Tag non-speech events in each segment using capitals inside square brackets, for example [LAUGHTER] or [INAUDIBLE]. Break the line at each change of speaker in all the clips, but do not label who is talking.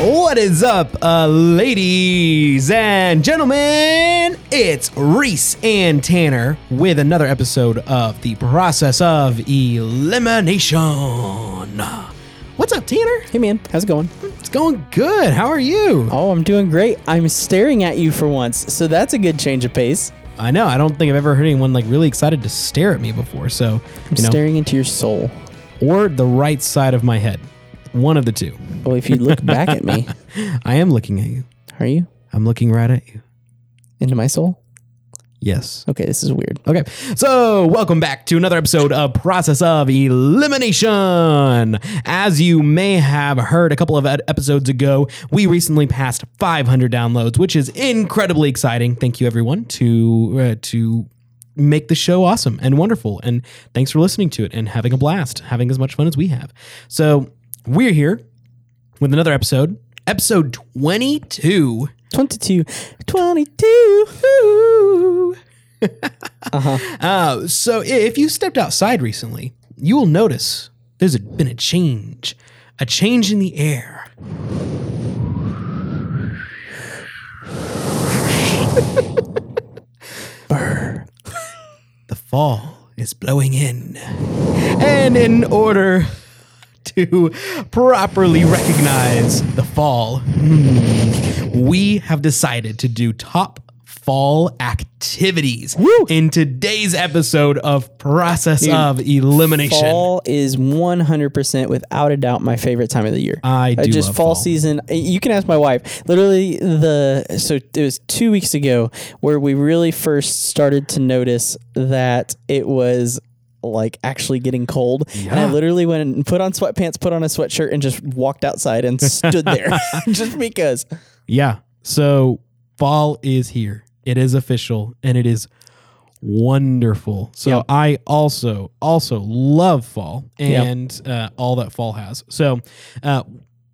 What is up, uh, ladies and gentlemen? It's Reese and Tanner with another episode of The Process of Elimination. What's up, Tanner?
Hey man, how's it going?
It's going good. How are you?
Oh, I'm doing great. I'm staring at you for once, so that's a good change of pace.
I know. I don't think I've ever heard anyone like really excited to stare at me before. So,
I'm
you know,
staring into your soul.
or the right side of my head. One of the two.
Well, if you look back at [LAUGHS] me,
I am looking at you.
are you
I'm looking right at you.
into my soul?
Yes.
Okay, this is weird. Oh,
Okay. So, welcome back to another episode of Process of Elimination. As you may have heard a couple of ed- episodes ago, we recently passed 500 downloads, which is incredibly exciting. Thank you everyone to uh, to make the show awesome and wonderful and thanks for listening to it and having a blast, having as much fun as we have. So, we're here with another episode, episode 22.
22, 22.
Uh, so i- if you stepped outside recently, you will notice there's a, been a change, a change in the air. Brr. The fall is blowing in. And in order to properly recognize the fall, hmm, we have decided to do top fall activities
Woo!
in today's episode of Process of Elimination.
Fall is 100% without a doubt my favorite time of the year.
I
Uh,
do
just
love
fall,
fall.
season. Uh, You can ask my wife. Literally the so it was 2 weeks ago where we really first started to notice that it was like actually getting cold and I
Yeah.
literally went and put on sweatpants, put on a sweatshirt and just walked outside
[LAUGHS]
and stood there [LAUGHS] just because.
Yeah. So fall is here. It is official and it is wonderful. So
Yeah.
I also also love fall
Yeah.
and uh, all that fall has. So uh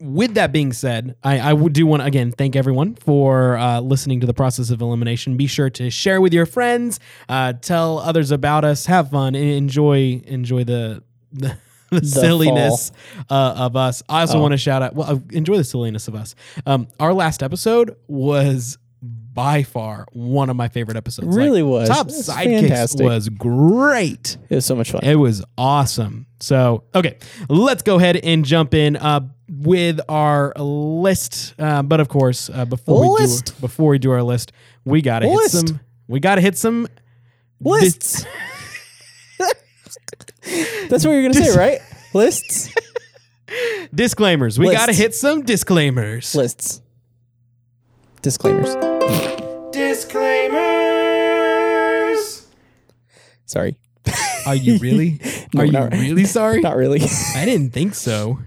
with that being said, I, I would do want to again thank everyone for uh, listening to the process of elimination. Be sure to share with your friends, uh, tell others about us, have fun, and enjoy enjoy the [LAUGHS] the, the, silliness uh, of us. I
Oh.
also want to shout out. Well, uh, enjoy the silliness of us. Um, our last episode was by far one of my favorite episodes. Like,
Really was.
top
It's
sidekicks
fantastic.
was great.
It was so much fun.
It was awesome. So, okay, let's go ahead and jump in uh, with our list. Uh, but of course, uh, before we
List.
do before we do our list, we gotta
List.
hit some. We gotta hit some.
Lists. [LAUGHS] That's what you were
[LAUGHS]
going to say, right? Lists.
Disclaimers. We
List.
gotta hit some disclaimers.
lists. Disclaimers.
Disclaimers.
Sorry.
Are you really?
[LAUGHS] No,
Are you
not-
really sorry?
Not
[LAUGHS]
really.
I didn't think so.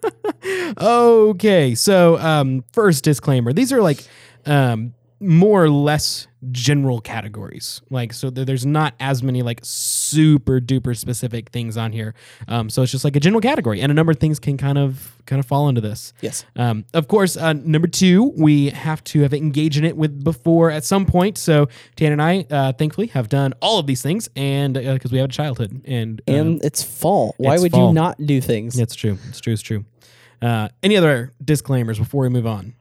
[LAUGHS] okay, so um, first disclaimer: these are like um, more or less general categories. Like, so th- there's not as many like super duper specific things on here. Um, so it's just like a general category, and a number of things can kind of kind of fall into this.
yes.
Um, of course, uh, number two, we have to have engaged in it with before at some point. So Tan and I, uh, thankfully, have done all of these things, and because we have a childhood, and uh,
And it's fall. Why
it's
would
fall.
you not do things?
it's true. It's true. It's true. Uh, any other disclaimers before we move on?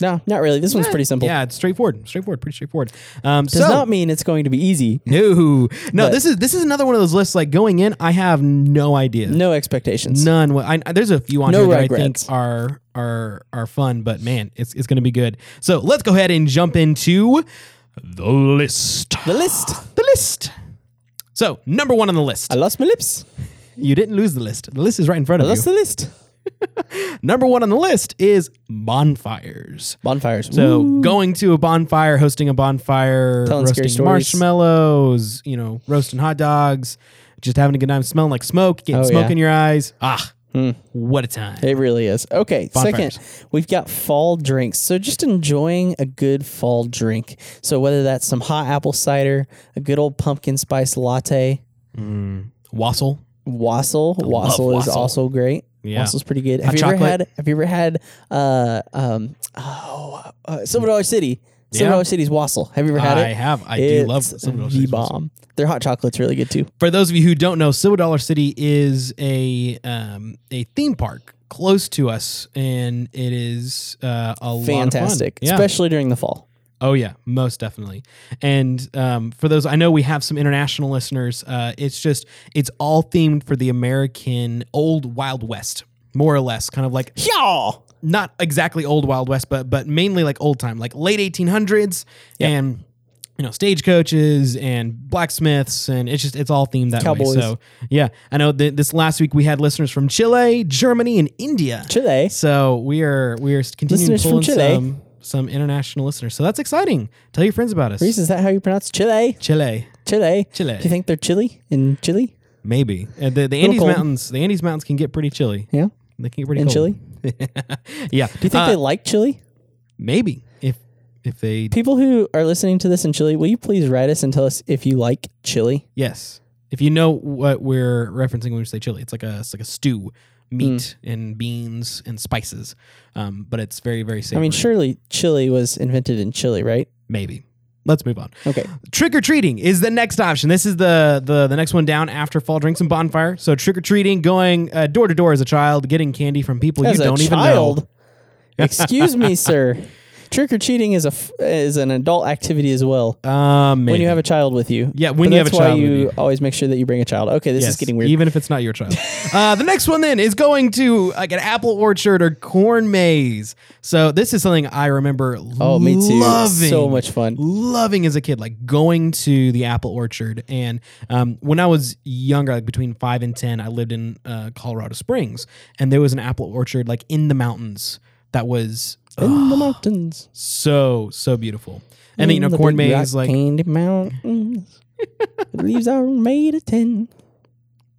No, not really. This one's pretty simple.
Yeah, it's straightforward. Straightforward. Pretty straightforward. Um,
Does
so,
not mean it's going to be easy.
no, no.
But-
This is this is another one of those lists. Like going in, I have no idea.
No expectations.
None. Well, I, I- there's a few on
No
here that
regrets.
I think are are are fun, but man, it's it's going to be good. So let's go ahead and jump into the list.
The list.
The list. So number one on the list.
I lost my lips.
you didn't lose the list. The list is right in front
I
of you.
lost the list.
Number one on the list is bonfires.
Bonfires.
So
Ooh.
going to a bonfire, hosting a bonfire,
Telling scary
roasting
stories.
marshmallows, you know, roasting hot dogs, just having a good time, smelling like smoke, getting
Oh,
smoke
yeah. Hmm.
in your eyes. Ah, what a time!
It really is. Okay,
Bonfires.
second, we've got fall drinks. So just enjoying a good fall drink. So whether that's some hot apple cider, a good old pumpkin spice latte,
Hmm. Wassail.
Wassel. Wassel is
Wassel.
also great.
Yeah.
Wassel's pretty good. Have you ever
chocolate.
had? Have you ever had? Uh, um, oh, uh, Silver Dollar City. Silver
Yeah.
Dollar City's Wassel. Have you ever had
I
it?
have. I do love
It's
Silver Dollar
the
City's Wassel.
bomb. Their hot chocolate's really good too.
For those of you who don't know, Silver Dollar City is a um, a theme park close to us, and it is uh, a
Fantastic,
lot of fun. Yeah.
especially during the fall.
Oh yeah, most definitely. And um, for those, I know we have some international listeners. Uh, it's just it's all themed for the American old Wild West, more or less, kind of like
Y'all.
not exactly old Wild West, but but mainly like old time, like late 1800s, and you know stagecoaches and blacksmiths, and it's just it's all themed that
Cowboys.
way. So yeah, I know that this last week we had listeners from Chile, Germany, and India.
Chile.
So we are we are continuing
Listeners from
pulling
Chile.
some some international listeners. So that's exciting. Tell your friends about us.
Reese, is that how you pronounce Chile?
Chile,
Chile.
Chile.
Do you think they're chilly in Chile?
maybe Uh, the the Andes
cold.
mountains. The Andes mountains can get pretty chilly.
Yeah.
They can get pretty
In
cold.
Chile?
[LAUGHS] yeah. Uh,
Do you think they like Chile?
maybe if if they
People who are listening to this in Chile, will you please write us and tell us if you like Chile?
Yes. If you know what we're referencing when we say chili, it's like a it's like a stew, meat
Mm.
and beans and spices. Um, but it's very very
I
savory.
mean, surely Chile was invented in Chile, right?
maybe. Let's move on.
Okay.
Trick or treating is the next option. This is the the the next one down after fall drinks and bonfire. So trick or treating, going uh, door to door as a child, getting candy from people
As
you
a
don't even know.
child. [LAUGHS] Excuse me, sir. Trick or treating is a f- is an adult activity as well.
Um,
When you have a child with you.
Yeah, when
But
you have
that's
a child
why
with
you
you.
always make sure that you bring a child. Okay, this is
Yes,
getting weird.
Even if it's not your child. [LAUGHS] uh, the next one then is going to like an apple orchard or corn maze. So this is something I remember.
oh, me too.
Loving
So much fun.
loving as a kid, like going to the apple orchard. And um, when I was younger, like between five and 10, I lived in uh, Colorado Springs, and there was an apple orchard like in the mountains that was oh,
In the mountains.
so, so beautiful. And then, you
in
know,
the
corn
big rock
maze, like, [LAUGHS]
candy mountains. The leaves are made of tin.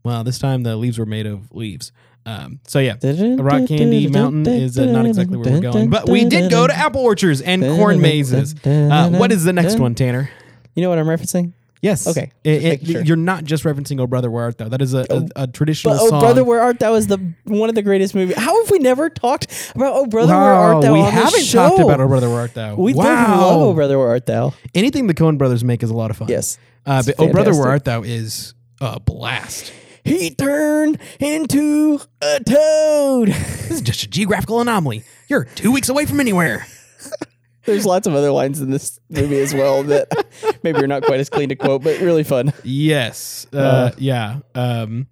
well, this time the leaves were made of leaves. Um, so, yeah. A Rock Candy Mountain is uh, not exactly where we're going, but we did go to apple orchards and corn mazes. Uh, what is the next one, Tanner?
You know what I'm referencing?
Yes.
Okay.
It- it-
making sure.
You're not just referencing "Oh Brother Where Art" though. That is a, a, a traditional
But Oh
song.
Brother Where Art that was the one of the greatest movies. How have we never talked about Oh Brother Where Art Thou
we
on
haven't
this show?
talked about "Oh Brother Where Art" though.
we
wow.
freaking love Oh Brother Where Art Thou.
Anything the Coen Brothers make is a lot of fun.
Yes.
Uh,
It's
but "Oh Brother Where
fantastic.
Art Thou" is a blast.
He turned into a toad. [LAUGHS]
This is just a geographical anomaly. You're two weeks away from anywhere.
There's lots of other lines in this movie as well that [LAUGHS] maybe are not quite as clean to quote, but really fun.
Yes. Uh,
Uh.
yeah. Um,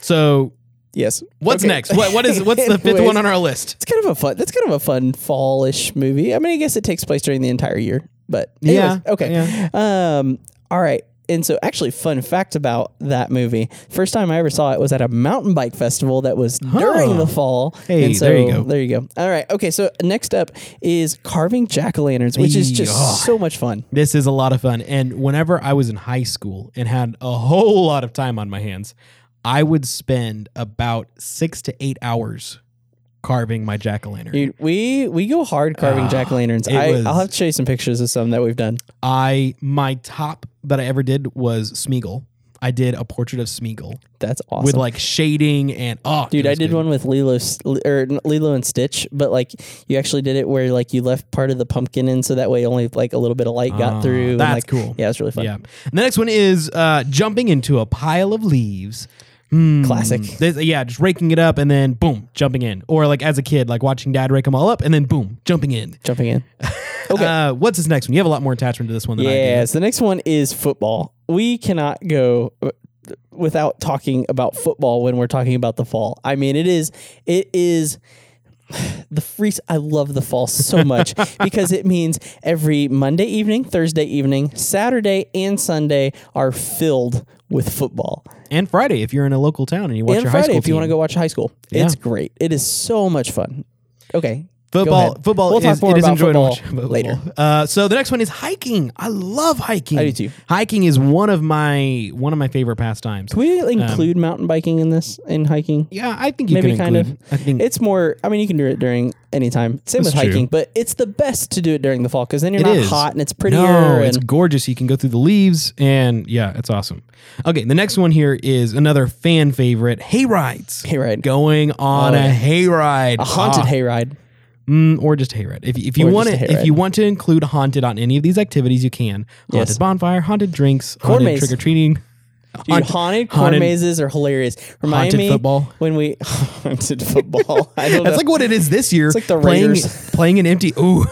so
Yes.
what's
Okay.
next? What what is what's
[LAUGHS]
the fifth
Anyways.
one on our list?
It's kind of a fun. That's kind of a fun fallish movie. I mean, I guess it takes place during the entire year, but anyways,
Yeah,
okay. Um, all right. And so, actually, fun fact about that movie: first time I ever saw it was at a mountain bike festival that was during the fall.
Hey,
and so,
there you go.
There you go. All right. Okay. So next up is carving jack o' lanterns, which is
Hey,
just
oh.
so much fun.
This is a lot of fun. And whenever I was in high school and had a whole lot of time on my hands, I would spend about six to eight hours carving my jack o' lantern.
Dude, we we go hard carving jack o' lanterns.
it
I,
was-
I'll have to show you some pictures of some that we've done.
I my top that I ever did was Smeagol. I did a portrait of Smeagol
That's awesome.
with like shading and oh,
Dude,
it
I
was
did
good.
one with Lilo S- L- or n- Lilo and Stitch, but like you actually did it where like you left part of the pumpkin in, so that way only like a little bit of light
Ah,
got through. and,
that's
like-
cool.
Yeah, it's really fun.
Yeah. And the next one is uh, jumping into a pile of leaves. Hmm.
Classic.
This- yeah, just raking it up and then boom, jumping in. Or like as a kid, like watching dad rake them all up and then boom, jumping in. [LAUGHS]
Jumping in. Okay.
Uh, what's this next one? You have a lot more attachment to this one than I
yeah.
do.
So the next one is football. We cannot go uh, without talking about football when we're talking about the fall. I mean, it is it is [SIGHS] the freaks. I love the fall
[LAUGHS]
so much because it means every Monday evening, Thursday evening, Saturday, and Sunday are filled with football.
And Friday, if you're in a local town and you watch
and
your high
Friday
school
if you want to
team.
go watch high school.
Yeah.
It's great. It is so much fun. Okay. go
Football,
ahead.
football
We'll talk
is,
more
it is
about
enjoyed to
football
watch. Football.
later.
Uh, so the next one is hiking. I love hiking.
I do too.
Hiking is one of my one of my favorite pastimes.
Can we include mountain biking in this in hiking?
Yeah, Um, I think you
Maybe
can
kind of.
include- I think
It's more. I mean, you can do it during any time. Same with
That's true.
hiking, but it's the best to do it during the fall because then you're
It
not
is.
hot and it's prettier.
No,
and
it's gorgeous. You can go through the leaves, and yeah, it's awesome. Okay, the next one here is another fan favorite: hay rides.
Hayride.
Going on a hay ride,
Oh,
Ah,
a haunted hayride.
Mm, or just hayride. If, if you
Or
want
just
to,
a hayride.
if you want to include haunted on any of these activities, you can haunted
Yes.
bonfire, haunted drinks,
Corn
haunted
maze. Oh,
trick or treating,
Dude,
Haunt-
haunted corn
haunted-
mazes are hilarious. Remind
Haunted
me
football?
when we [LAUGHS] haunted football. I don't
That's
know.
like what it is this year. It's
like the
playing
Raiders.
[LAUGHS] playing in empty ooh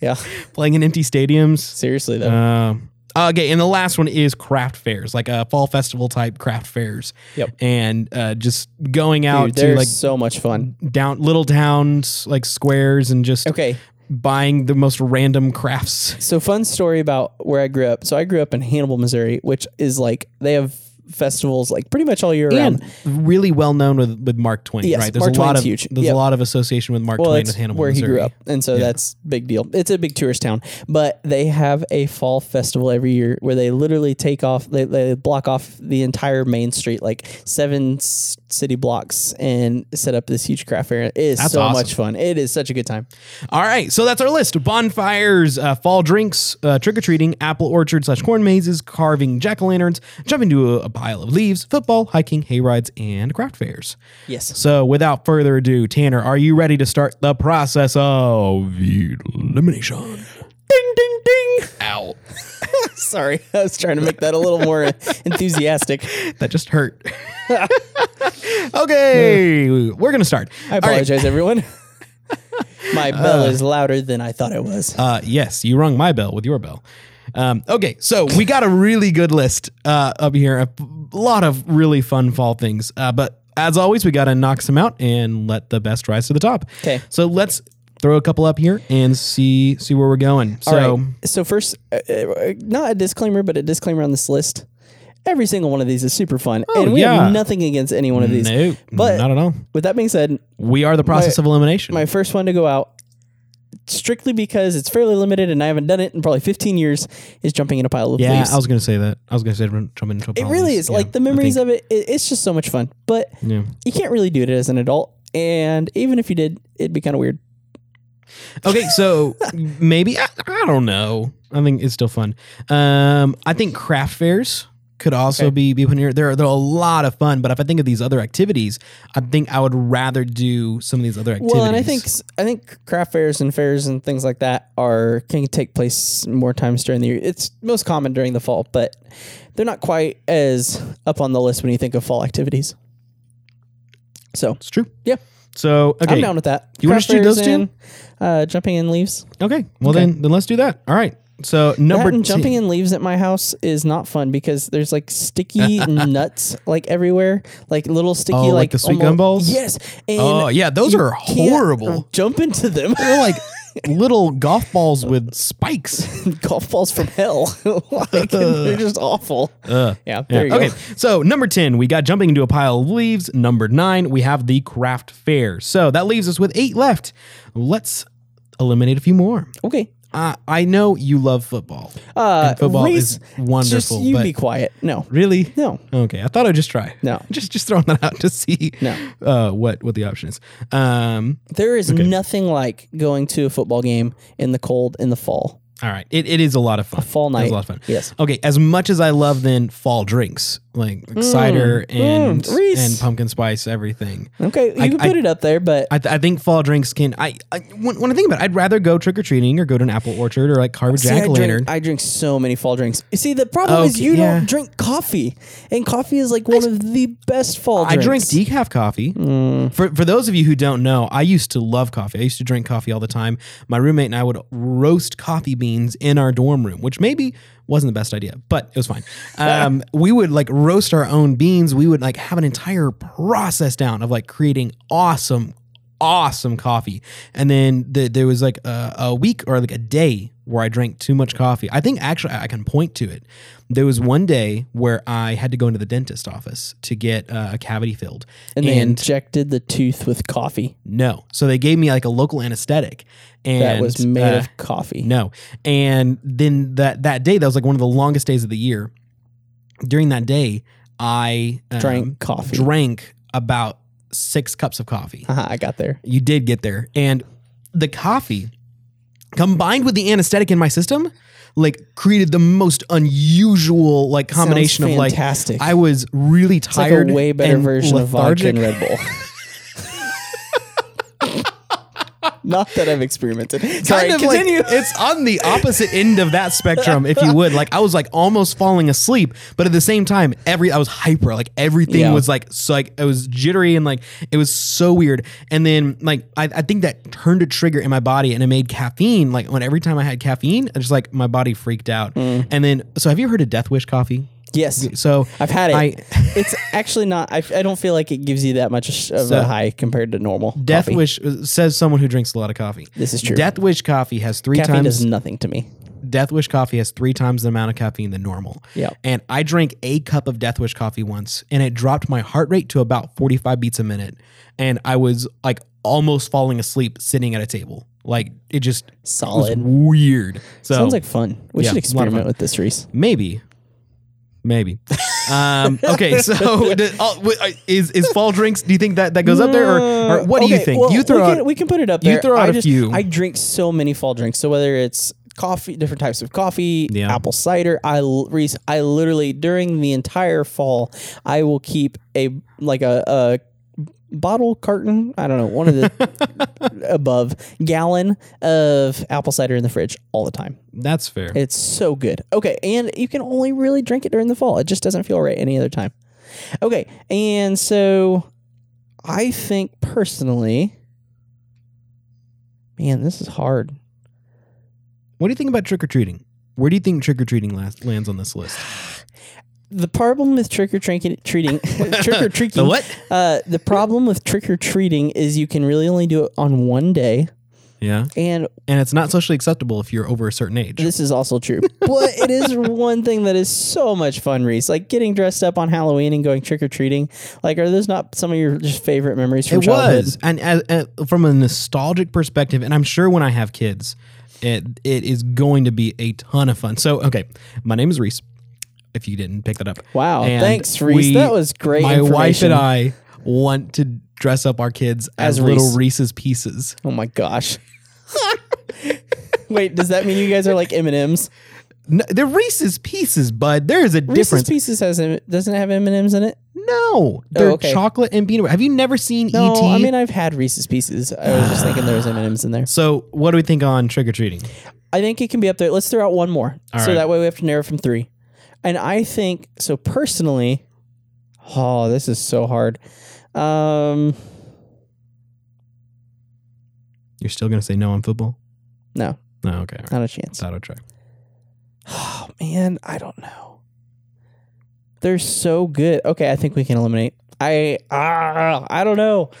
yeah,
playing in empty stadiums.
seriously though.
Um, okay, and the last one is craft fairs, like a fall festival type craft fairs.
Yep.
And uh, just going out
Dude,
to
they're
like
so much fun.
down little towns, like squares, and just
Okay,
buying the most random crafts.
so fun story about where I grew up. So I grew up in Hannibal, Missouri, which is like they have festivals like pretty much all year round.
Um, really well known with, with Mark Twain,
Yes,
right? There's
Mark
a lot
Twain's
of
huge.
there's
Yep.
a lot of association with Mark
Well,
Twain
that's
with Hannibal,
where
Missouri.
he grew up, and so that's big deal. It's a big tourist town, but they have a fall festival every year where they literally take off, they, they block off the entire main street, like seven s- city blocks, and set up this huge craft fair. It is so
awesome.
much fun. It is such a good time.
All right, so that's our list: bonfires, uh, fall drinks, uh, trick or treating, apple orchard slash corn mazes, carving jack o' lanterns, jumping to a, a pile of leaves, football, hiking, hay rides, and craft fairs.
Yes.
So, without further ado, Tanner, are you ready to start the process of elimination?
Ding ding ding.
Ow,
[LAUGHS] Sorry, I was trying to make that a little more enthusiastic.
[LAUGHS] that just hurt. [LAUGHS] okay, we're gonna start.
I
[LAUGHS]
apologize, everyone. My bell is louder than I thought it was.
Uh, yes, you rung my bell with your bell. Um, okay, so we got a really good list uh, up here, a p- lot of really fun fall things. Uh, but as always, we got to knock some out and let the best rise to the top.
'Kay.
So let's throw a couple up here and see see where we're going. So
All right. so first, uh, uh, not a disclaimer, but a disclaimer on this list. Every single one of these is super fun, and we
Oh, yeah.
have nothing against any one of these.
no,
But-
not at all.
With that being said,
We are the process of elimination.
my first one to go out, strictly because it's fairly limited, and I haven't done it in probably 15 years, is jumping in a pile of
yeah,
leaves.
I was gonna say that. I was gonna say jump into
it really is like the memories of it, it. It's just so much fun, but
Yeah.
you can't really do it as an adult, and even if you did, it'd be kind of weird.
Okay, so maybe I, I don't know. I think it's still fun. Um, I think craft fairs could also
Okay.
be be put in here. They're they're a lot of fun, but if I think of these other activities, I think I would rather do some of these other activities.
Well, and I think I think craft fairs and fairs and things like that are can take place more times during the year. It's most common during the fall, but they're not quite as up on the list when you think of fall activities. So
it's true.
yeah,
So okay,
I'm down with that.
You wanna
Craft
just do
fairs
those two?
and, Uh, jumping in leaves.
okay. Well then then let's do that. All right. So number
That and
two-
jumping in leaves at my house is not fun because there's
[LAUGHS]
like sticky nuts like everywhere, like little sticky
Oh, like
like,
the sweet
almo-
gumballs?
Yes. And
Oh yeah, those
you
are
can't uh,
horrible.
Jump into them.
They're
[LAUGHS]
like little golf balls with spikes.
[LAUGHS] golf balls from hell. [LAUGHS]
[LAUGHS]
like, they're just awful. yeah, there you
okay.
go.
So number 10, we got jumping into a pile of leaves. Number nine, we have the craft fair. So that leaves us with eight left. Let's eliminate a few more.
Okay.
Uh, I know you love football.
Uh,
And football
Reese,
is wonderful.
Just you
but
be quiet. No,
really?
no.
Okay. I thought I'd just try.
No.
[LAUGHS] Just just throwing that out to see
No.
uh, what, what the option is. Um,
There is nothing like going to a football game in the cold in the fall.
all right. It, it is a lot of fun.
Fall night.
It is a lot of fun.
Yes.
Okay, as much as I love then fall drinks like cider and
mm, Reese.
and pumpkin spice everything,
Okay, you
I-
can
I-
put it up there, but
I, th- I think fall drinks can. I, I when, when I think about, it, I'd rather go trick or treating or go to an apple orchard or like carve a
See, I
jack o'
drink-
lantern. Oh,
I drink so many fall drinks. You see, the problem is
Okay,
you
yeah.
don't drink coffee, and coffee is like one of the best fall
I
drinks. Mm.
drink decaf coffee. For for those of you who don't know, I used to love coffee. I used to drink coffee all the time. My roommate and I would roast coffee beans in our dorm room, which maybe wasn't the best idea, but it was fine.
[LAUGHS]
Um, we would like roast our own beans. We would like have an entire process down of like creating awesome, awesome coffee. And then the, there was like a, a week or like a day where I drank too much coffee. I think actually I I can point to it. There was one day where I had to go into the dentist office to get uh, a cavity filled.
and they injected the tooth with coffee
no. So they gave me like a local anesthetic. And
that was made
uh,
of coffee.
no. And then that that day, that was like one of the longest days of the year. During that day, I um,
Drank coffee.
drank about six cups of coffee.
Haha, I got there.
You did get there. And the coffee combined with the anesthetic in my system, like created the most unusual like combination of like
fantastic.
I was really
It's
tired.
like a way better
and
version of vodka
lethargic.
and Red Bull.
[LAUGHS]
Not that I've experimented. Sorry,
kind of like
continue.
[LAUGHS] it's on the opposite end of that spectrum, if you would. Like I was like almost falling asleep, but at the same time, every I was hyper. Like everything
Yeah.
was like so like it was jittery and like it was so weird. And then like I, I think that turned a trigger in my body and it made caffeine. Like when every time I had caffeine, it's just like my body freaked out.
Mm.
And then so have you heard of Death Wish coffee?
yes,
So
I've had it.
I-
it's actually not. I, I don't feel like it gives you that much of
So-
a high compared to normal.
Death
coffee.
Wish uh, says someone who drinks a lot of coffee.
This is true.
Death Wish coffee has three
caffeine
times
does nothing to me.
Death Wish coffee has three times the amount of caffeine than normal.
Yeah.
And I drank a cup of Death Wish coffee once and it dropped my heart rate to about 45 beats a minute. And I was like almost falling asleep sitting at a table. Like it just was
Solid.
weird. So
Sounds like fun. We
Yeah, a
should
lot of fun.
experiment with this, Reese.
maybe.
[LAUGHS]
Maybe. um, okay, so do- oh, wait, uh, is is fall drinks? Do you think that that goes up there, or, or what do you
Okay,
think?
well,
you throw
we
out
Can, we can put it up
you
there.
throw out
I
a few.
I drink so many fall drinks. So whether it's coffee, different types of coffee,
Yeah.
apple cider. I l- Reese. I literally during the entire fall, I will keep a like a. a bottle carton i don't know one
[LAUGHS]
of the above gallon of apple cider in the fridge all the time
that's fair.
it's so good. Okay, and you can only really drink it during the fall. It just doesn't feel right any other time. Okay, and so I think personally, man, this is hard.
What do you think about trick or treating? Where do you think trick or treating last lands on this list?
The problem with trick or treating,
[LAUGHS]
treating, trick or
The
treating,
what?
[LAUGHS] Uh, the problem with trick or treating is you can really only do it on one day,
Yeah.
and
and it's not socially acceptable if you're over a certain age.
This is also true. But it is one thing that is so much fun, Reese. Like getting dressed up on Halloween and going trick or treating. Like, are those not some of your just favorite memories from
It
childhood?
was, and as, as, from a nostalgic perspective, and I'm sure when I have kids, it it is going to be a ton of fun. So, okay, my name is Reese. If you didn't pick that up,
Wow.
And
Thanks, Reese.
we-
that was great.
My wife
information.
and I want to dress up our kids as,
As
little
Reese.
Reese's pieces.
Oh my gosh. [LAUGHS] Wait, does that mean you guys are like M and M's?
No, they're Reese's pieces, bud. There is a
Reese's
difference.
Pieces has M- doesn't it have M and M's in it.
no, they're
okay.
chocolate and peanut. butter. Have you never seen E
No,
ET?
I mean I've had Reese's Pieces. I was just thinking there was M and M's in there.
so, what do we think on trick or treating?
I think it can be up there. Let's throw out one more.
All
so
right.
that way we have to narrow from three. And I think so personally, oh, this is so hard. Um
You're still going to say no on football?
no,
No, okay. All right.
not a chance. [SIGHS]
Auto track.
Oh man, I don't know. They're so good. Okay, I think we can eliminate. I ah, I don't know.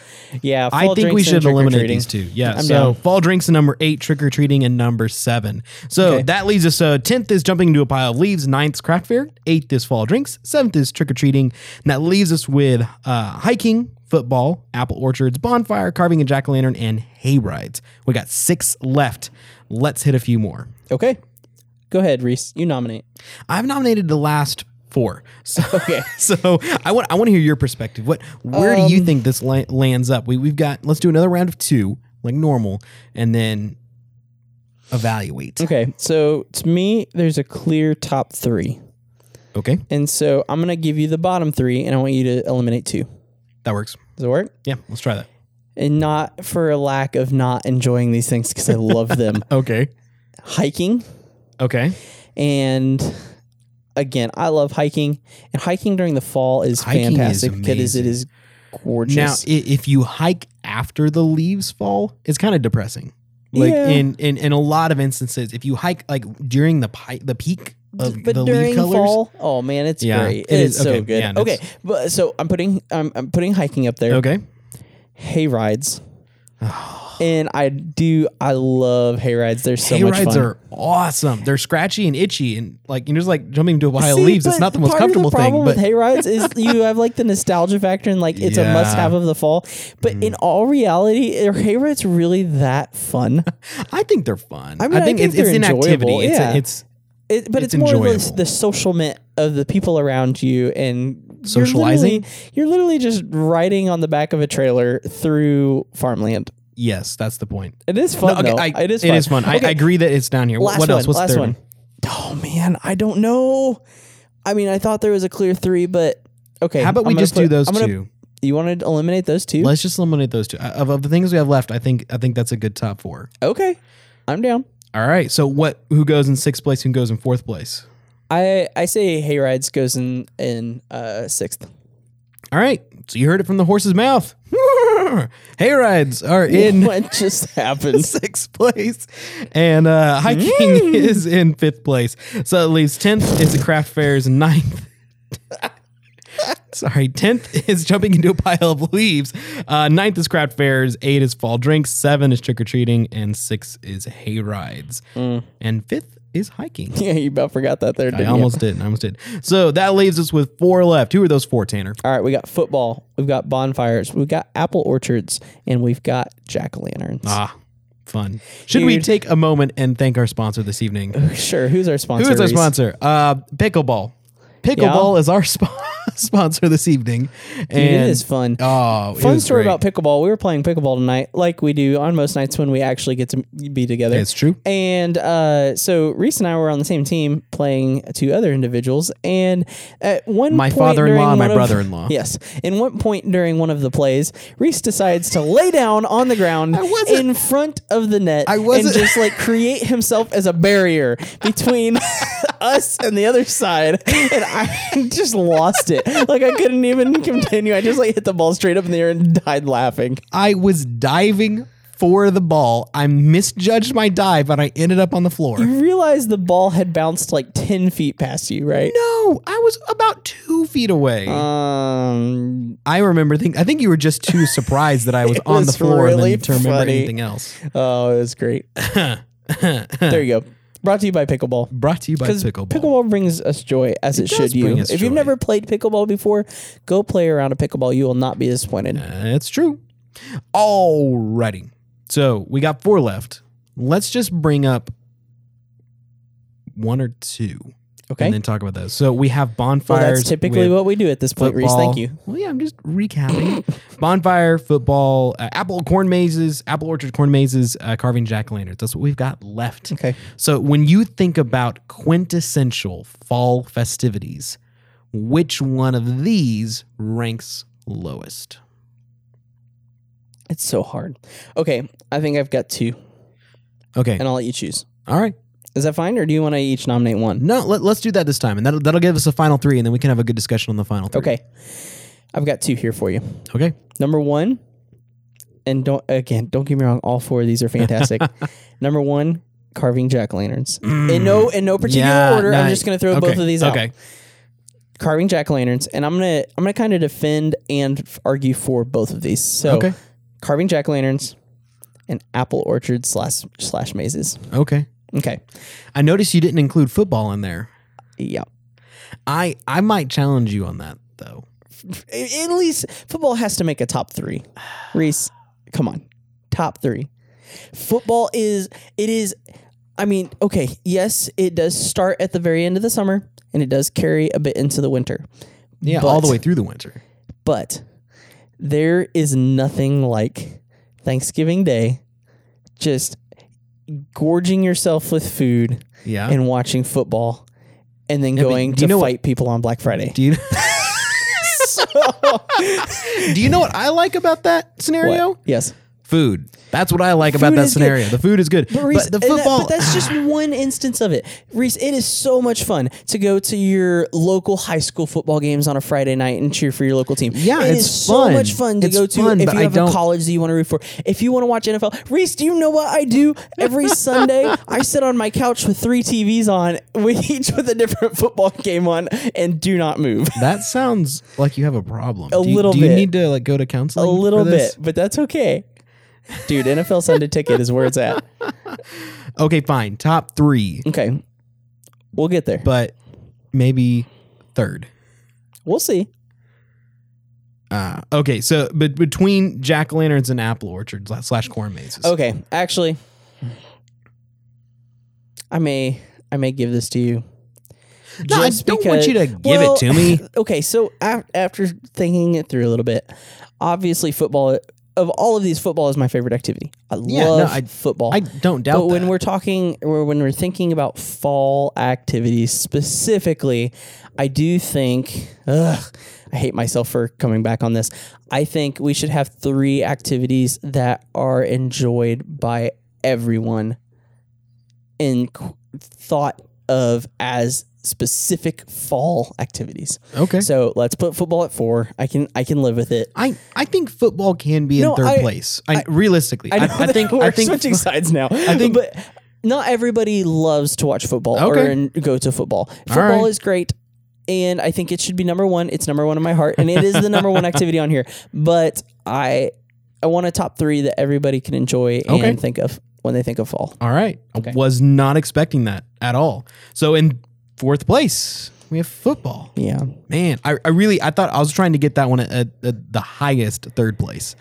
Yeah,
I
fall
think we
drinks and
should eliminate
trick-or-treating.
these two. Yeah.
I'm
so
down.
fall drinks in number eight, trick or treating in number seven. So
Okay.
that leaves us. So tenth is jumping into a pile of leaves. Ninth is craft fair. Eighth is fall drinks. Seventh is trick or treating. And that leaves us with uh, hiking, football, apple orchards, bonfire, carving a jack o' lantern, and hay rides. We got six left. Let's hit a few more.
Okay. Go ahead, Reese.
[LAUGHS]
You nominate.
I've nominated the last four. So,
Okay.
[LAUGHS] so I want I want to hear your perspective. What where do
Um,
you think this la- lands up? We we've got let's do another round of two like normal, and then evaluate.
Okay. So to me, there's a clear top three.
Okay,
And so I'm gonna give you the bottom three, and I want you to eliminate two.
that works.
Does it work?
Yeah, let's try that.
And not for a lack of not enjoying these things because I love
[LAUGHS]
them.
Okay,
Hiking
okay.
and again, I love hiking, and hiking during the fall is
Hiking is
fantastic because it
amazing.
is gorgeous.
Now, i- if you hike after the leaves fall, it's kind of depressing. Like
Yeah.
in, in in a lot of instances, if you hike like during the pi- the peak of
but
the leaf
during
colors,
fall, oh man, it's
Yeah,
great.
it
it's
is-
so
okay,
good.
yeah, and
okay,
it's-
but so I'm putting I'm, I'm putting hiking up there.
okay, [SIGHS]
Hay rides, and I do I love hay rides. They're so
Hay
much
rides
fun.
are awesome. They're scratchy and itchy, and like you're just like jumping into a pile
See,
of leaves. It's
but
not the most
part
comfortable
of the problem
thing, but
with hay
[LAUGHS]
rides is you have like the nostalgia factor and like it's
Yeah. Mm.
a must-have of the fall. But in all reality, are hay rides really that
[LAUGHS]
fun?
I think they're fun. I,
mean, I
think,
think
it's, it's
they're
an activity.
enjoyable,
It's,
yeah.
a, it's
It, but
It's
it's, more of the,
enjoyable.
the social mint of the people around you and you're
Socializing?
literally- You're literally, just riding on the back of a trailer through farmland.
yes, that's the point.
It is fun
Okay,
though.
I,
it is fun.
I, I agree that it's down here. Wh-
Last
what
one.
else? What's the
last
third
one. Oh man, I don't know. I mean, I thought there was a clear three, but okay.
How about
I'm
we
gonna
just do
put-
those
I'm gonna-
2
You want to eliminate those two?
Let's just eliminate those two. Uh, Of, of the things we have left, I think I think that's a good top four.
okay, I'm down.
All right. So what? Who goes in sixth place? Who goes in fourth place?
I I say Hayrides goes in in uh, sixth.
All right. So you heard it from the horse's mouth. [LAUGHS] Hayrides are in
[LAUGHS] what just happened?
[LAUGHS] sixth place, and uh, hiking is in fifth place. So it leaves tenth is the craft fairs, ninth. Sorry, tenth is jumping into a pile of leaves. Uh, ninth is craft fairs. Eight is fall drinks. Seven is trick or treating, and six is hay rides. And fifth is hiking.
[LAUGHS] yeah, you about forgot that there. Didn't
I
you?
almost did. I almost did. So that leaves us with four left. Who are those four, Tanner?
All right, we got football, we've got bonfires, we've got apple orchards, and we've got jack o' lanterns.
Ah, fun. Should we
Dude.
take a moment and thank our sponsor this evening?
[LAUGHS] Sure, who's our sponsor?
Who is our
Reese?
sponsor? Uh, Pickleball. Pickleball is our [LAUGHS] sp- sponsor this evening.
Dude,
And
it is fun.
Oh, it
Fun
was
story
great.
about pickleball. We were playing pickleball tonight, like we do on most nights when we actually get to be together.
It's true.
And uh, so Reese and I were on the same team playing two other individuals. And at one
My
point
father-in-law and
during
my
one of-
brother-in-law.
[LAUGHS] Yes. In one point during one of the plays, Reese decides to lay down on
[LAUGHS]
the ground
wasn't-
in front of the net
wasn't-
and just like create himself as a barrier between [LAUGHS] us and the other side. And I [LAUGHS] just lost it. Like I couldn't even continue. I just like hit the ball straight up in the air and died laughing.
I was diving for the ball. I misjudged my dive and I ended up on the floor.
You realize the ball had bounced like 10 feet past you, right?
No, I was about two feet away.
Um,
Uh, I remember thinking, I think you were just too surprised
[LAUGHS]
that I was on the
was
floor
really
and then to remember
funny.
anything else. [LAUGHS]
oh, it was great. there you go. Brought to you by Pickleball.
Brought to you by
Because
Uh. Pickleball.
pickleball. brings us joy, as it,
does
should you.
bring us
If you've
joy.
never played pickleball before, go play around a pickleball. You will not be disappointed.
That's true. Alrighty. So we got four left. Let's just bring up one or two.
Okay.
And then talk about those. So we have bonfires.
well, that's typically
with
what we do at this point, Reese. Thank
football.
you.
Well, yeah, I'm just recapping. [COUGHS] Bonfire, football, uh, apple corn mazes, apple orchard corn mazes, uh, carving jack o' lanterns. That's what we've got left.
Okay.
So when you think about quintessential fall festivities, which one of these ranks lowest?
It's so hard. Okay, I think I've got two,
Okay.
and I'll let you choose.
All right.
Is that fine, or do you want to each nominate one?
No, let, let's do that this time, and that'll, that'll give us a final three, and then we can have a good discussion on the final three.
Okay, I've got two here for you.
Okay.
Number one, and don't again, don't get me wrong, all four of these are fantastic.
[LAUGHS]
Number one, carving jack lanterns. Mm. In no in no particular
Mm. Yeah,
order. I'm
nice.
just gonna throw both of these out.
Okay.
Carving jack lanterns, and I'm gonna I'm gonna kind of defend and f- argue for both of these. So
Okay.
carving jack lanterns and apple orchard slash slash mazes.
Okay.
Okay.
I noticed you didn't include football in there.
Yeah.
I I might challenge you on that though.
A- At least football has to make a top three. Reese, come on, top three. Football is it is. I mean, okay, yes, it does start at the very end of the summer and it does carry a bit into the winter,
Yeah, all the
But-
way through the winter.
but there is nothing like Thanksgiving Day, just gorging yourself with food
Yeah.
and watching football, and then
but
going
do Uh.
to
you know what-
fight people on Black Friday. [LAUGHS]
do you [LAUGHS] do you know what I like about that scenario?
What? Yes.
Food. That's what I like about
Food
that
is good.
scenario. The food is good, but,
But, Reese,
the
and that- but
football.
that's just one instance of it. Reese, it is so much fun to go to your local high school football games on a Friday night and cheer for your local team.
Yeah,
it
it's
is
fun.
so much fun to
It's
go to
fun,
if
but
you
I
have
don't-
a college that you want to root for. If you want to watch NFL, Reese, do you know what I do
[LAUGHS]
every Sunday? I sit on my couch with three TVs on, with [LAUGHS] each with a different football game on, and do not move.
[SIGHS] that sounds like you have a problem.
A
do you,
little
Do you
bit.
need to like go to counseling?
A little
for this?
bit, but that's okay. Dude, NFL Sunday ticket is where it's at.
Okay, fine. Top three,
Okay. We'll get there.
but maybe third.
We'll see.
Uh, okay, so but between jack o' lanterns and apple orchards la- slash corn mazes.
Okay, actually, I may I may give this to you.
No, I
Just
don't want
because-
you to give
Well, [LAUGHS]
it to me.
Okay, so af- after thinking it through a little bit, obviously football of all of these, football is my favorite activity. I
Yeah, no,
love
I-
football.
I don't doubt
but when
that.
we're talking, or when we're thinking about fall activities specifically, I do think, ugh, I hate myself for coming back on this. I think we should have three activities that are enjoyed by everyone in qu- thought of as specific fall activities.
Okay.
So let's put football at four. I can I can live with it.
I, I think football can be in
No,
third
I-
place. I, realistically,
I, know
I, I
that
think
we're
I think
switching sides now. I
think-
but not everybody loves to watch football or
Okay.
n- go to football. Football
right.
is great, and I think it should be number one. It's number one in my heart, and it is the number one activity on here. But I I want a top three that everybody can enjoy and
Okay.
think of when they think of fall.
[LAUGHS] All right. I was not expecting that at all. So in fourth place, we have football.
Yeah.
Man, I, I really I thought I was trying to get that one at, at, at the highest third place.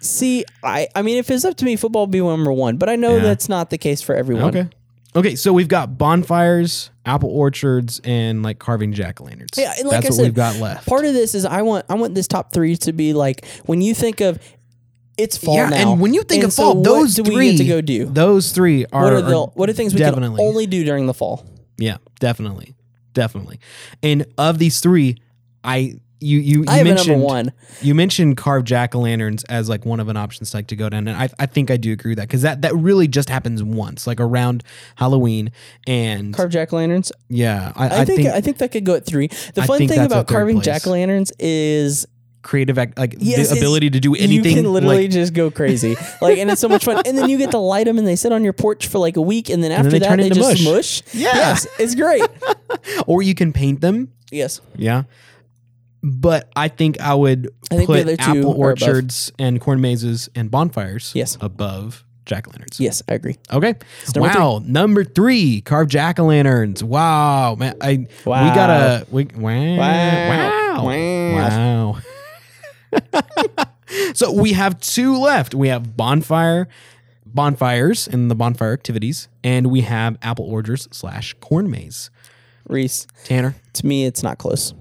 See, I I mean, if it's up to me, football would be number one. But I know
Yeah.
that's not the case for everyone.
Okay. Okay, so we've got bonfires, apple orchards, and like carving jack o' lanterns.
Yeah, and like
That's
I
what
said,
we've got left.
Part of this is I want I want this top three to be like when you think of it's fall
yeah,
now.
and when you think
and
of
so
fall, those
what do
three
we get to go do?
Those three are,
what are the
are-
what are things we
definitely.
can only do during the fall?
yeah, definitely, definitely. And of these three, I you you, you
I have a
mentioned
number one.
You mentioned carved jack o' lanterns as like one of an option site to go down, and I, I think I do agree with that because that that really just happens once, like around Halloween, and
Carved jack lanterns.
yeah, I,
I, think, I think that could go at three. The
I
fun
think
thing
that's a
about
third
carving
place.
jack lanterns
[LAUGHS]
is
creative act, like
Yes,
the
it's-
ability to do anything.
you can literally
like, [LAUGHS]
just go crazy. like, and it's so much fun. And then you get to light them, and they sit on your porch for like a week, and then after
then they
that,
turn
they
into
just
mush.
mush.
Yeah.
Yes, it's great.
[LAUGHS] or you can paint them.
yes,
Yeah. But I think I would
I think the
put
other two
apple
are above.
orchards and corn mazes and bonfires
Yes.
above jack o' lanterns.
yes, I agree.
Okay.
number
wow. Number three, carved jack o' lanterns. Wow, man. I we
Wow.
gotta we wow
Wow.
wow wow. [LAUGHS] so we have two left. We have bonfire, bonfires, and the bonfire activities, and we have apple orchards slash corn maze.
Reese,
Tanner,
to me, it's not close.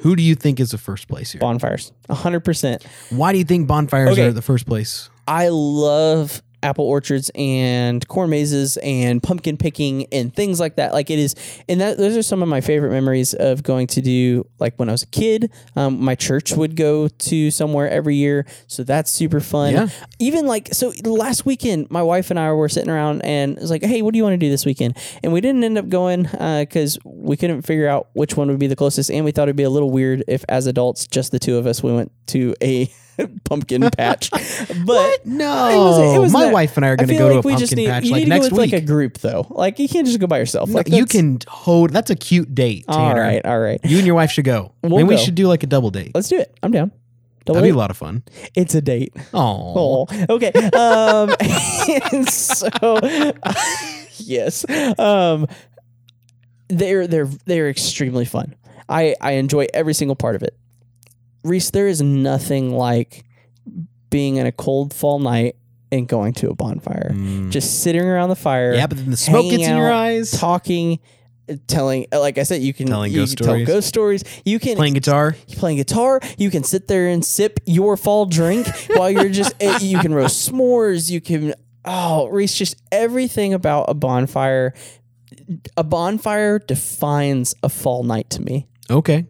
who do you think is the first place here?
Bonfires, hundred percent.
Why do you think bonfires
Okay.
are the first place?
I love apple orchards and corn mazes and pumpkin picking and things like that. Like it is, and that those are some of my favorite memories of going to do. Like when I was a kid, um, my church would go to somewhere every year, so that's super fun.
Yeah.
Even like so last weekend, my wife and I were sitting around and it was like, "Hey, what do you want to do this weekend?" And we didn't end up going because we couldn't figure out which one would be the closest, and we thought it'd be a little weird if, as adults, just the two of us, we went to a [LAUGHS] pumpkin patch. But
No,
it was- it was
my
that-
wife and I are going to
feel
go to a
we
pumpkin
just need-
patch
you
like
need to
next
go with
week.
Like a group, though. Like you can't just go by yourself. Like
you
that's-
can hold. That's a cute date.
All
Tanner.
right, all right.
You and your wife should go.
[LAUGHS] We'll
Maybe we
go.
should do like a double date.
Let's do it. I'm down. Double
That'd be
date.
a lot of
[LAUGHS]
fun.
It's a date.
Oh,
Oh, okay. Um, [LAUGHS] and so [LAUGHS] yes, um, they're they're they're extremely fun. I I enjoy every single part of it. Reese, there is nothing like being in a cold fall night and going to a bonfire, just sitting around the fire.
Mm. yeah, but then the smoke
hanging
gets in your
out,
eyes.
talking, telling. uh, Like I said, you can
Telling
you
ghost
can tell
stories.
ghost stories. You can
Playing guitar.
you playing guitar. You can sit there and sip your
[LAUGHS]
fall drink while you're just. eh, you can roast s'mores. You can oh Reese, just everything about a bonfire. A bonfire defines a fall night to me.
Okay.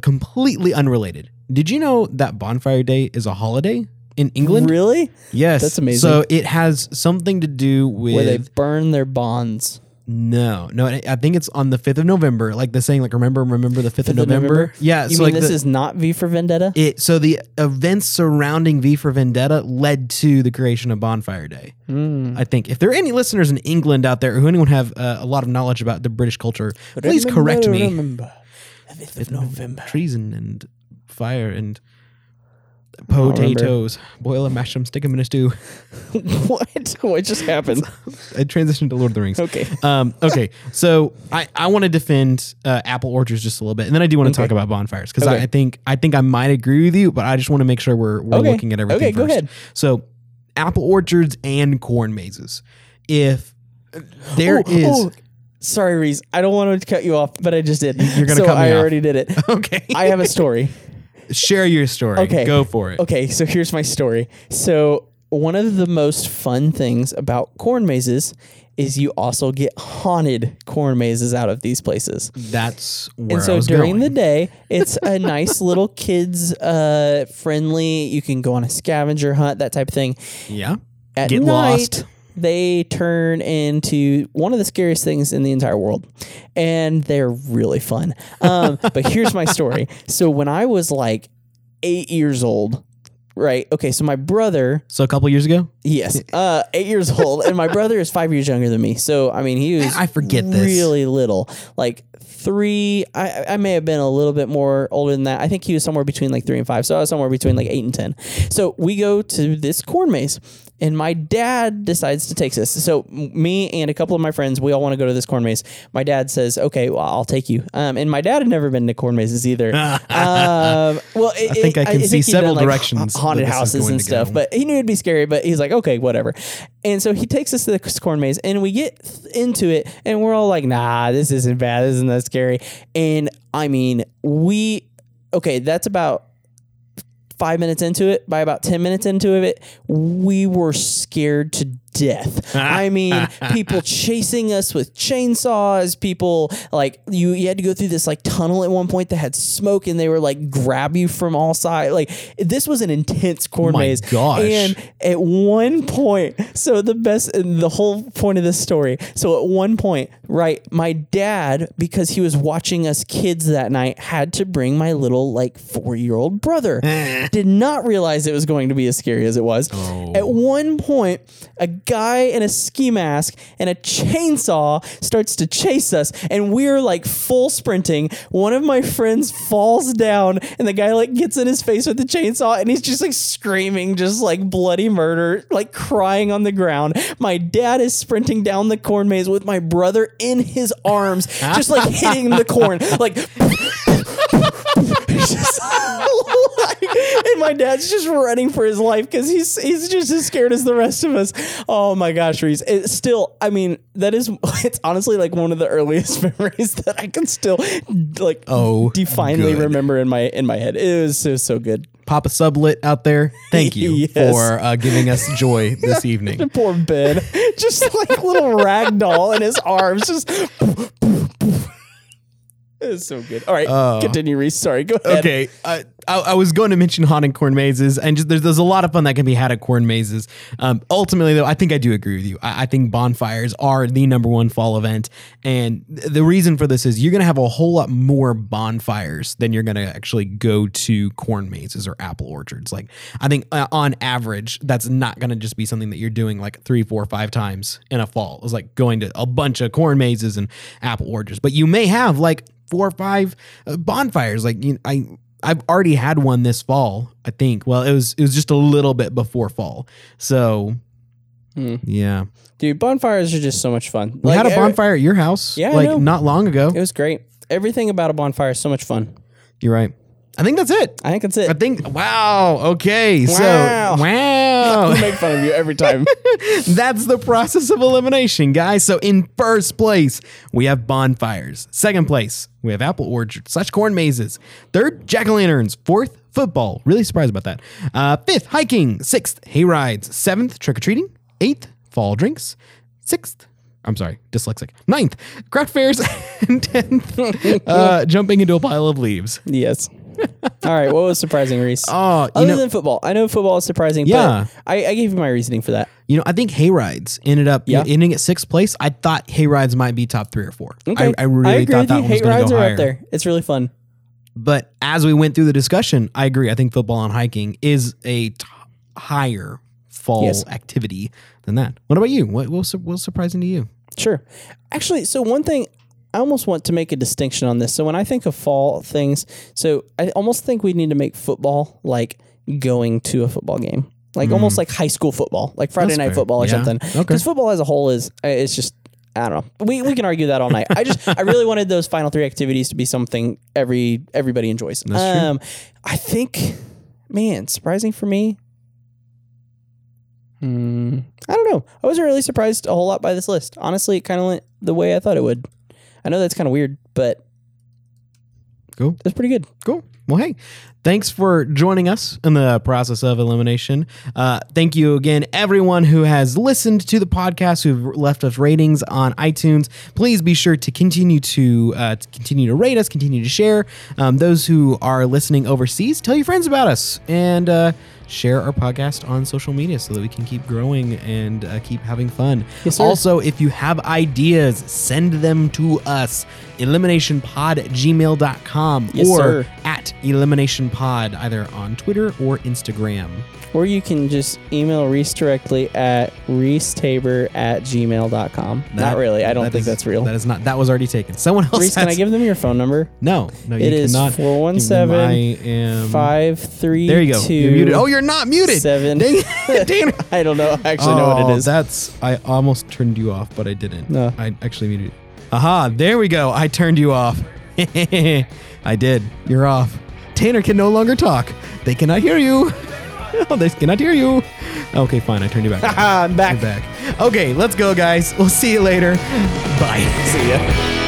Completely unrelated. Did you know that Bonfire Day is a holiday in England?
Really?
Yes,
That's amazing.
So it has something to do with
Where they burn their bonds.
No, no. I I think it's on the fifth of November. Like the saying, like remember, remember the fifth of
5th of
November.
November?
Yeah.
You
Uh, so
mean
like
this
the,
is not V for Vendetta?
it. So the events surrounding V for Vendetta led to the creation of Bonfire Day.
Mm.
I think if there are any listeners in England out there who anyone have uh, a lot of knowledge about the British culture, please correct me.
Remember, remember. 5th of November.
Treason and fire and
don't remember.
potatoes. Boil and mash them, stick them in a stew.
[LAUGHS] what? What
[LAUGHS]
just happened?
I transitioned to Lord of the Rings.
Okay.
Um, okay, so I, I want to defend uh, apple orchards just a little bit, and then I do want to talk about bonfires because I,
Okay.
I think I think I might agree with you, but I just want to make sure we're we're
Okay.
looking at everything.
Okay, go
first.
ahead.
So, apple orchards and corn mazes. If there
Ooh,
is
ooh. Oh, Sorry, Reese. I don't want to cut you off, but I just did. You're
gonna
so
cut me [LAUGHS]
I
off.
already did
[LAUGHS]
it.
okay,
I have a story.
Share your story.
Okay.
Go for it.
Okay, so here's my story. So, one of the most fun things about corn mazes is you also get haunted corn mazes out of these places.
That's where
And so
I was
during
going. [LAUGHS]
the day, it's a nice little kids uh, friendly. You can go on a scavenger hunt, that type of thing.
yeah.
At
Get
night,
lost.
they turn into one of the scariest things in the entire world, and they're really fun.
[LAUGHS]
Um, but here's my story. So when I was like eight years old, right? Okay, so my brother
So a couple years ago, [LAUGHS]
Yes, uh, eight years old, and my brother is five years younger than me. So I mean, he was
I forget this.
really little, like three. I, I may have been a little bit more older than that. I think he was somewhere between like three and five. So I was somewhere between like eight and ten. So we go to this corn maze, and my dad decides to take us. So m- me and a couple of my friends, we all want to go to this corn maze. My dad says, "Okay, well, I'll take you." Um, and my dad had never been to corn mazes
[LAUGHS]
either. um, well, it, I
think I can see
he'd done,
several
like,
directions
ha- haunted
that this is
houses
going
and
to
stuff,
go.
but he knew it'd be scary. But he's like, okay, whatever. And so he takes us to the corn maze, and we get th- into it, and we're all like, nah, this isn't bad, this isn't that scary. And I mean, we okay, that's about five minutes into it, by about 10 minutes into it, we were scared to
[LAUGHS]
death. I mean, people chasing us with chainsaws, people like you, you had to go through this like tunnel at one point that had smoke and they were like grab you from all sides. Like this was an intense corn
My
maze.
gosh.
And at one point, so the best, the whole point of this story. So at one point, right, my dad, because he was watching us kids that night, had to bring my little like four year old brother. Did not realize it was going to be as scary as it was. At one point, a guy in a ski mask and a chainsaw starts to chase us, and we're like full sprinting. One of my friends falls down, and the guy like gets in his face with the chainsaw, and he's just like screaming, just like bloody murder, like crying on the ground. My dad is sprinting down the corn maze with my brother in his arms, just like hitting the corn, like. Just [LAUGHS] like- and my dad's just running for his life because he's he's just as scared as the rest of us. Oh my gosh, Reese! It's still, I mean, that is [LAUGHS] it's honestly like one of the earliest [LAUGHS] memories that I can still like
Oh,
definitely
good.
remember in my in my head. It was so so good.
Papa Sublet out there,
[LAUGHS]
thank you
Yes.
for uh, giving us joy
[LAUGHS]
this evening.
Poor
[LAUGHS]
Ben, just like little rag doll in his arms, just. [LAUGHS] It's so good. All right, continue, Reese. Sorry, go ahead.
Uh, Okay, uh, I, I was going to mention haunted corn mazes, and just, there's there's a lot of fun that can be had at corn mazes. Um, ultimately, though, I think I do agree with you. I, I think bonfires are the number one fall event, and th- the reason for this is you're gonna have a whole lot more bonfires than you're gonna actually go to corn mazes or apple orchards. Like I think uh, on average, that's not gonna just be something that you're doing like three, four, five times in a fall. It's like going to a bunch of corn mazes and apple orchards, but you may have like four or five uh, bonfires. Like you, I, I've already had one this fall. I think. Well, it was it was just a little bit before fall. So,
Hmm.
yeah,
Dude, bonfires are just so much fun.
we had a
every-
bonfire at your house.
Yeah, I
like
know.
not long ago.
It was great. Everything about a bonfire is so much fun.
You're right. I think that's it.
I think that's
I
it.
think. Wow. Okay.
Wow.
So wow.
[LAUGHS] I make fun of you
[LAUGHS]
every time.
That's the process of elimination, guys. So in first place, we have bonfires. Second place, we have apple orchards slash corn mazes. Third, jack-o'-lanterns. Fourth, football. Really surprised about that. Uh, fifth, hiking. Sixth, hay rides. Seventh, trick-or-treating. Eighth, fall drinks. Sixth, I'm sorry, dyslexic. Ninth, craft fairs. [LAUGHS] and tenth, uh, jumping into a pile of leaves.
yes. All right. What was surprising, Reese?
Oh, you
Other
know,
than football, I know football is surprising.
Yeah.
But I, I gave you my reasoning for that.
You know, I think Hay Rides ended up
Yeah.
ending at sixth place. I thought Hay Rides might be top three or four.
Okay.
I, I really
agree
thought
with
that
you.
one was
Hate
going to
rides
go
are
higher.
up there. It's really fun.
But as we went through the discussion, I agree. I think football and hiking is a t- higher fall
Yes.
activity than that. What about you? What was what's surprising to you?
Sure. Actually, so one thing I almost want to make a distinction on this. So when I think of fall things, so I almost think we need to make football like going to a football game. Like almost like high school football, like Friday
Hmm. That's
night
fair.
football or
Yeah.
something.
Okay.
Because football as a whole is uh, it's just I don't know. We, we can argue that all night. I just I really wanted those final three activities to be something every everybody enjoys.
That's true.
um I think man, surprising for me. Hmm. I don't know. I wasn't really surprised a whole lot by this list. Honestly, it kind of went the way I thought it would. I know that's kind of weird, but
Cool.
That's pretty good.
Cool. Well, hey, thanks for joining us in the process of elimination. Uh, thank you again, everyone who has listened to the podcast, who've left us ratings on iTunes. Please be sure to continue to, uh, to continue to rate us, continue to share. Um, those who are listening overseas, tell your friends about us and uh, share our podcast on social media so that we can keep growing and uh, keep having fun.
Yes, sir.
also, also, if you have ideas, send them to us, eliminationpod at gmail.com
Yes,
or
sir.
at eliminationpod, either on Twitter or Instagram.
Or you can just email Reese directly at reestaber at gmail.com. Not
That-
really. I don't
that
think
is-
that's real.
That is not. That was already taken. Someone else
Reese,
has,
can I give them your phone number?
No, no, you
It is
cannot. give them-
417
I am.
Five three.
Um, There you go. You're muted. Oh, you're not muted. [LAUGHS]
seven.
Dang,
[LAUGHS]
dang. it.
I don't know. I actually know what
Oh,
it is.
That's I almost turned you off, but I didn't.
No.
I actually muted. it. Aha! There we go. I turned you off. [LAUGHS] I did. You're off. Tanner can no longer talk. They cannot hear you. [LAUGHS] they cannot hear you. Okay, fine. I turned you back.
[LAUGHS] I'm back.
You're back. Okay, let's go, guys. We'll see you later. Bye.
See ya.